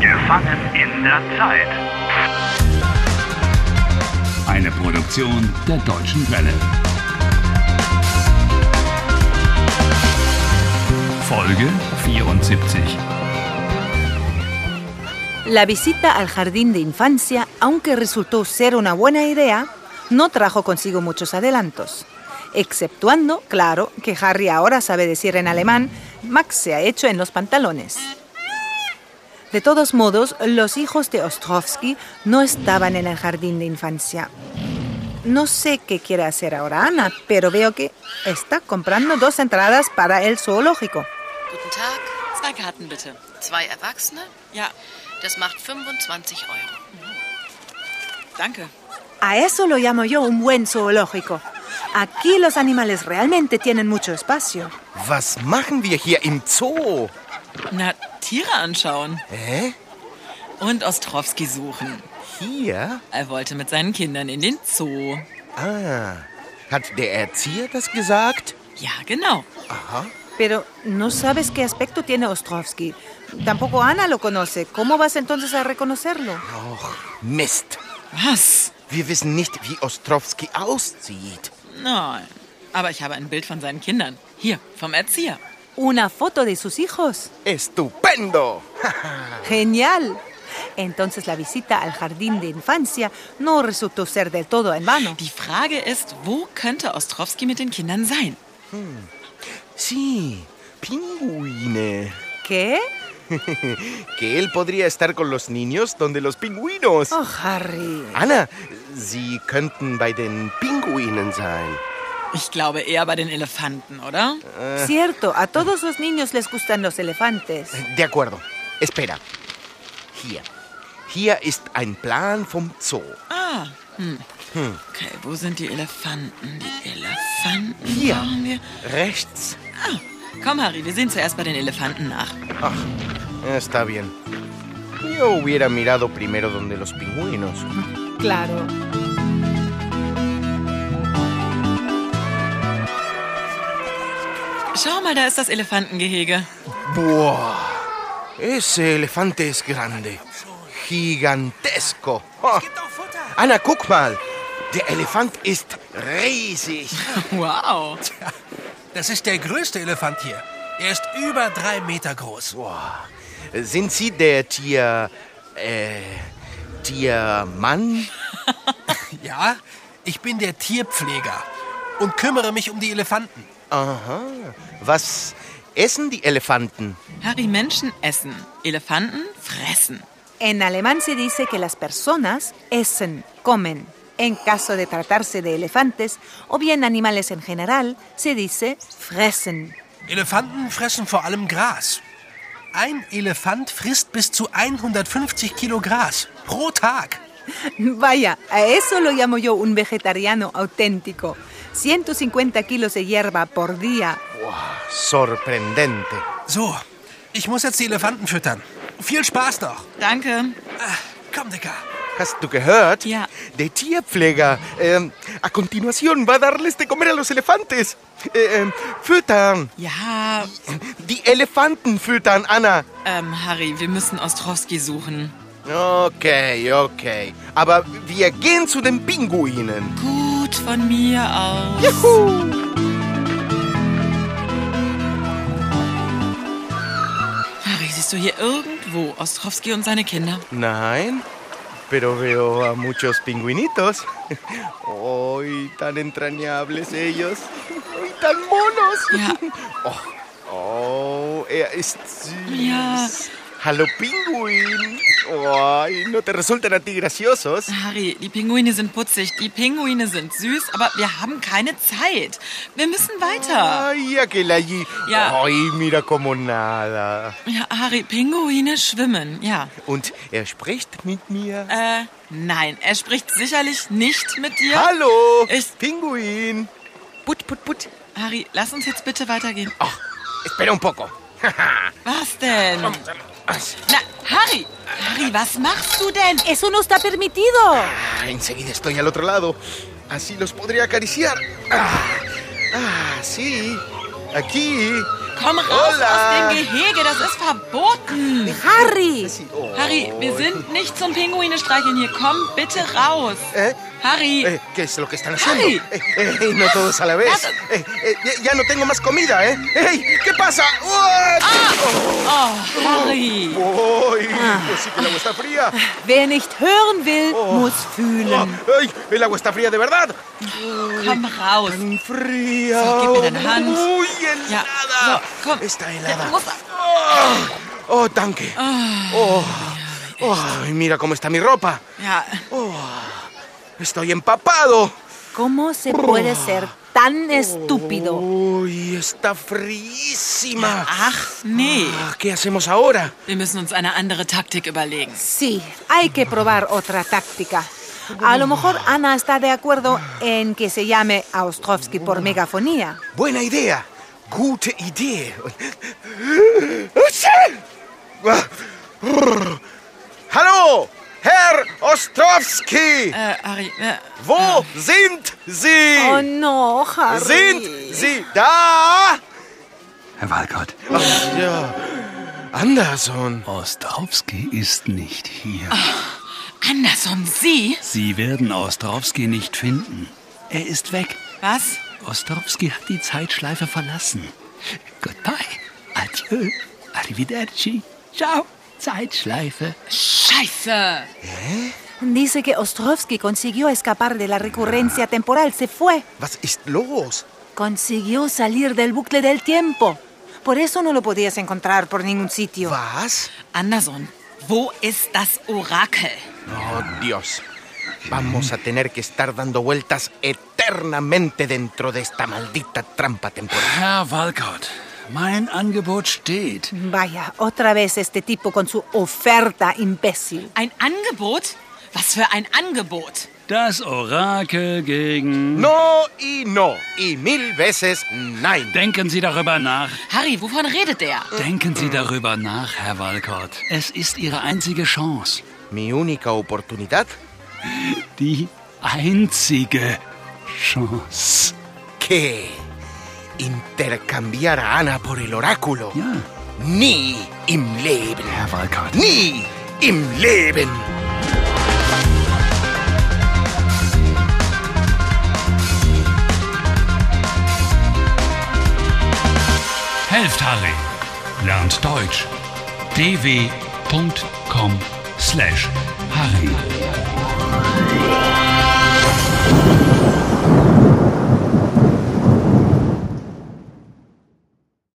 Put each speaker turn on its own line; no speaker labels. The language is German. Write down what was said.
Gefangen in der Zeit.
Eine Produktion der Deutschen Welle. Folge 74.
La visita al jardín de infancia, aunque resultó ser una buena idea, no trajo consigo muchos adelantos. Exceptuando, claro, que Harry ahora sabe decir en alemán, Max se ha hecho en los pantalones. De todos modos, los hijos de Ostrovsky no estaban en el jardín de infancia. No sé qué quiere hacer ahora Ana, pero veo que está comprando dos entradas para el zoológico.
Guten Tag. Zwei Karten bitte.
Zwei Erwachsene?
Ja,
Das macht 25 Euro.
danke.
A eso lo llamo yo un buen zoológico. Aquí los animales realmente tienen mucho espacio.
Was machen wir hier im Zoo?
Na, Tiere anschauen
Hä?
und Ostrowski suchen.
Hier?
Er wollte mit seinen Kindern in den Zoo.
Ah. Hat der Erzieher das gesagt?
Ja, genau.
Pero no sabes qué aspecto tiene Ostrovsky. Tampoco Ana lo conoce. ¿Cómo vas entonces a reconocerlo?
Och, Mist.
Was?
Wir wissen nicht, wie Ostrowski aussieht.
Nein. Aber ich habe ein Bild von seinen Kindern. Hier, vom Erzieher.
¿Una foto de sus hijos?
Estupendo!
¡Genial! Entonces la visita al jardín de infancia no resultó ser del todo en vano.
Die Frage ist, wo könnte Ostrowski mit den Kindern sein?
Sí, Pinguine.
¿Qué?
Que él podría estar con los niños donde los pingüinos.
Oh, Harry.
Anna, Sie könnten bei den Pinguinen sein.
Ich glaube eher bei den Elefanten, oder?
Cierto, a todos los niños les gustan los elefantes.
De acuerdo. Espera. Hier. Hier ist ein Plan vom Zoo.
Ah, hm. Okay, wo sind die Elefanten? Die Elefanten
Hier.
brauchen wir.
Rechts.
Ah, komm, Harry, wir sehen zuerst bei den Elefanten nach.
Ach, está bien. Yo hubiera mirado primero donde los pingüinos.
Claro.
Schau mal, da ist das Elefantengehege.
Buah. Ese elefante es grande. Gigantesco. Ah. Ana, guck mal. Der Elefant ist riesig.
Wow.
Das ist der größte Elefant hier. Er ist über drei Meter groß.
Boah. Sind Sie der Tier... Äh, Tiermann?
Ja, ich bin der Tierpfleger und kümmere mich um die Elefanten.
Aha. Was essen die Elefanten?
Harry, Menschen essen, Elefanten fressen.
En alemán se dice que las personas essen, comen. En caso de tratarse de elefantes o bien animales en general, se dice fressen.
Elefanten fressen vor allem Gras. Ein Elefant frisst bis zu 150 Kilo Gras pro Tag.
Vaya, a eso lo llamo yo un vegetariano auténtico. 150 kilos de hierba por día.
Sorprendente.
So, ich muss jetzt die Elefanten füttern. Viel Spaß noch.
Danke.
Ah, komm, Dicker.
Hast du gehört?
Ja.
Der Tierpfleger. Ähm, a continuación va a darles de comer a los elefantes. Äh, ähm, füttern.
Ja,
Die Elefanten füttern, Anna.
ähm, Harry, wir müssen Ostrowski suchen.
Okay, okay. Aber wir gehen zu den Pinguinen.
Gut, von mir aus. Harry, siehst du hier irgendwo Ostrowski und seine Kinder?
Nein, pero veo a muchos pingüinitos. ¡Ay, tan entrañables ellos! ¡Ay, tan monos!
Ja.
Oh, er ist süß.
Ja.
Hallo, Pinguin. Ay, no te resultan a ti graciosos.
Harry, die Pinguine sind putzig, die Pinguine sind süß, aber wir haben keine Zeit. Wir müssen weiter.
Ay, aquel allí.
Ja.
Ay, mira como nada.
Ja, Harry, Pinguine schwimmen, ja.
Und er spricht mit mir.
Äh, nein, er spricht sicherlich nicht mit dir.
Hallo,
Ich,
Pinguin. Put, put, put.
Harry, lass uns jetzt bitte weitergehen.
Ach, Ah, espera un poco.
Was denn? Na, Harry! Harry, was machst du denn?
¡Eso no está permitido!
Ah, enseguida estoy al otro lado. Así los podría acariciar. Ah, ah, sí. Aquí.
Komm raus aus dem Gehege, das ist verboten.
Harry!
oh.
Harry, wir sind nicht zum Pinguine streicheln hier. Komm bitte raus.
¿Eh?
Harry,
Eh, ¿Qué es lo que están haciendo?
¡Ay!
Eh, eh, eh, no todos a la vez.
Nada.
Eh, eh, ya- ya no tengo más comida, ¿eh? ¡Ey! ¿Qué pasa? ¡Uah!
oh, Harry.
¡Uy! Pues sí que el agua está fría.
Wer nicht hören will, muss
Ah,
fühlen.
¡Ay! El agua está fría de verdad.
Komm raus.
Tan fría.
So, gib mir deine Hand.
Uy,
Ja,
helada.
so, komm.
Está helada.
Du musst-
Oh, tanque. Oh. Ay, mira cómo está mi ropa.
Ja,
Estoy empapado.
¿Cómo se puede ser tan estúpido?
Uy, está fríísima.
ach nee.
Ah, ¿Qué hacemos ahora?
Wir müssen uns eine andere Taktik überlegen.
Sí, hay que probar otra táctica. A lo mejor Ana está de acuerdo en que se llame a Ostrovsky por megafonía.
Buena idea. Gute Idee. Utsche! Hallo, Herr Ostrowski.
Äh, Harry, äh,
Wo sind Sie?
Oh no, Harry.
Sind Sie da?
Herr Walcott,
Ach, ja. Anderson.
Ostrowski ist nicht hier.
Anderson, Sie?
Sie werden Ostrowski nicht finden. Er ist weg.
Was?
Ostrowski hat die Zeitschleife verlassen. Goodbye. Adieu. Arrivederci. Ciao. Zeitschleife.
Scheiße.
Dice que Ostrovsky consiguió escapar de la recurrencia temporal. Se fue.
Was ist los?
Consiguió salir del bucle del tiempo. Por eso no lo podías encontrar por ningún sitio.
Was?
Anderson, wo ist das Orakel?
Oh, Dios. Vamos a tener que estar dando vueltas eternamente dentro de esta maldita trampa temporal.
Herr Walcott, mein Angebot steht.
Vaya, otra vez este tipo con su oferta imbécil.
Ein Angebot? Was für ein Angebot?
Das Orakel gegen...
No y no. Y mil veces nein.
Denken Sie darüber nach.
Harry, wovon redet der?
Denken Sie darüber nach, Herr Walcott. Es ist Ihre einzige Chance.
Mi única oportunidad.
Die einzige Chance.
¿Qué? Intercambiar a Ana por el oráculo.
Ja.
Ni im Leben.
Herr Walcott.
Ni im Leben.
Helft Harry. Lernt Deutsch. dw.com slash Harry.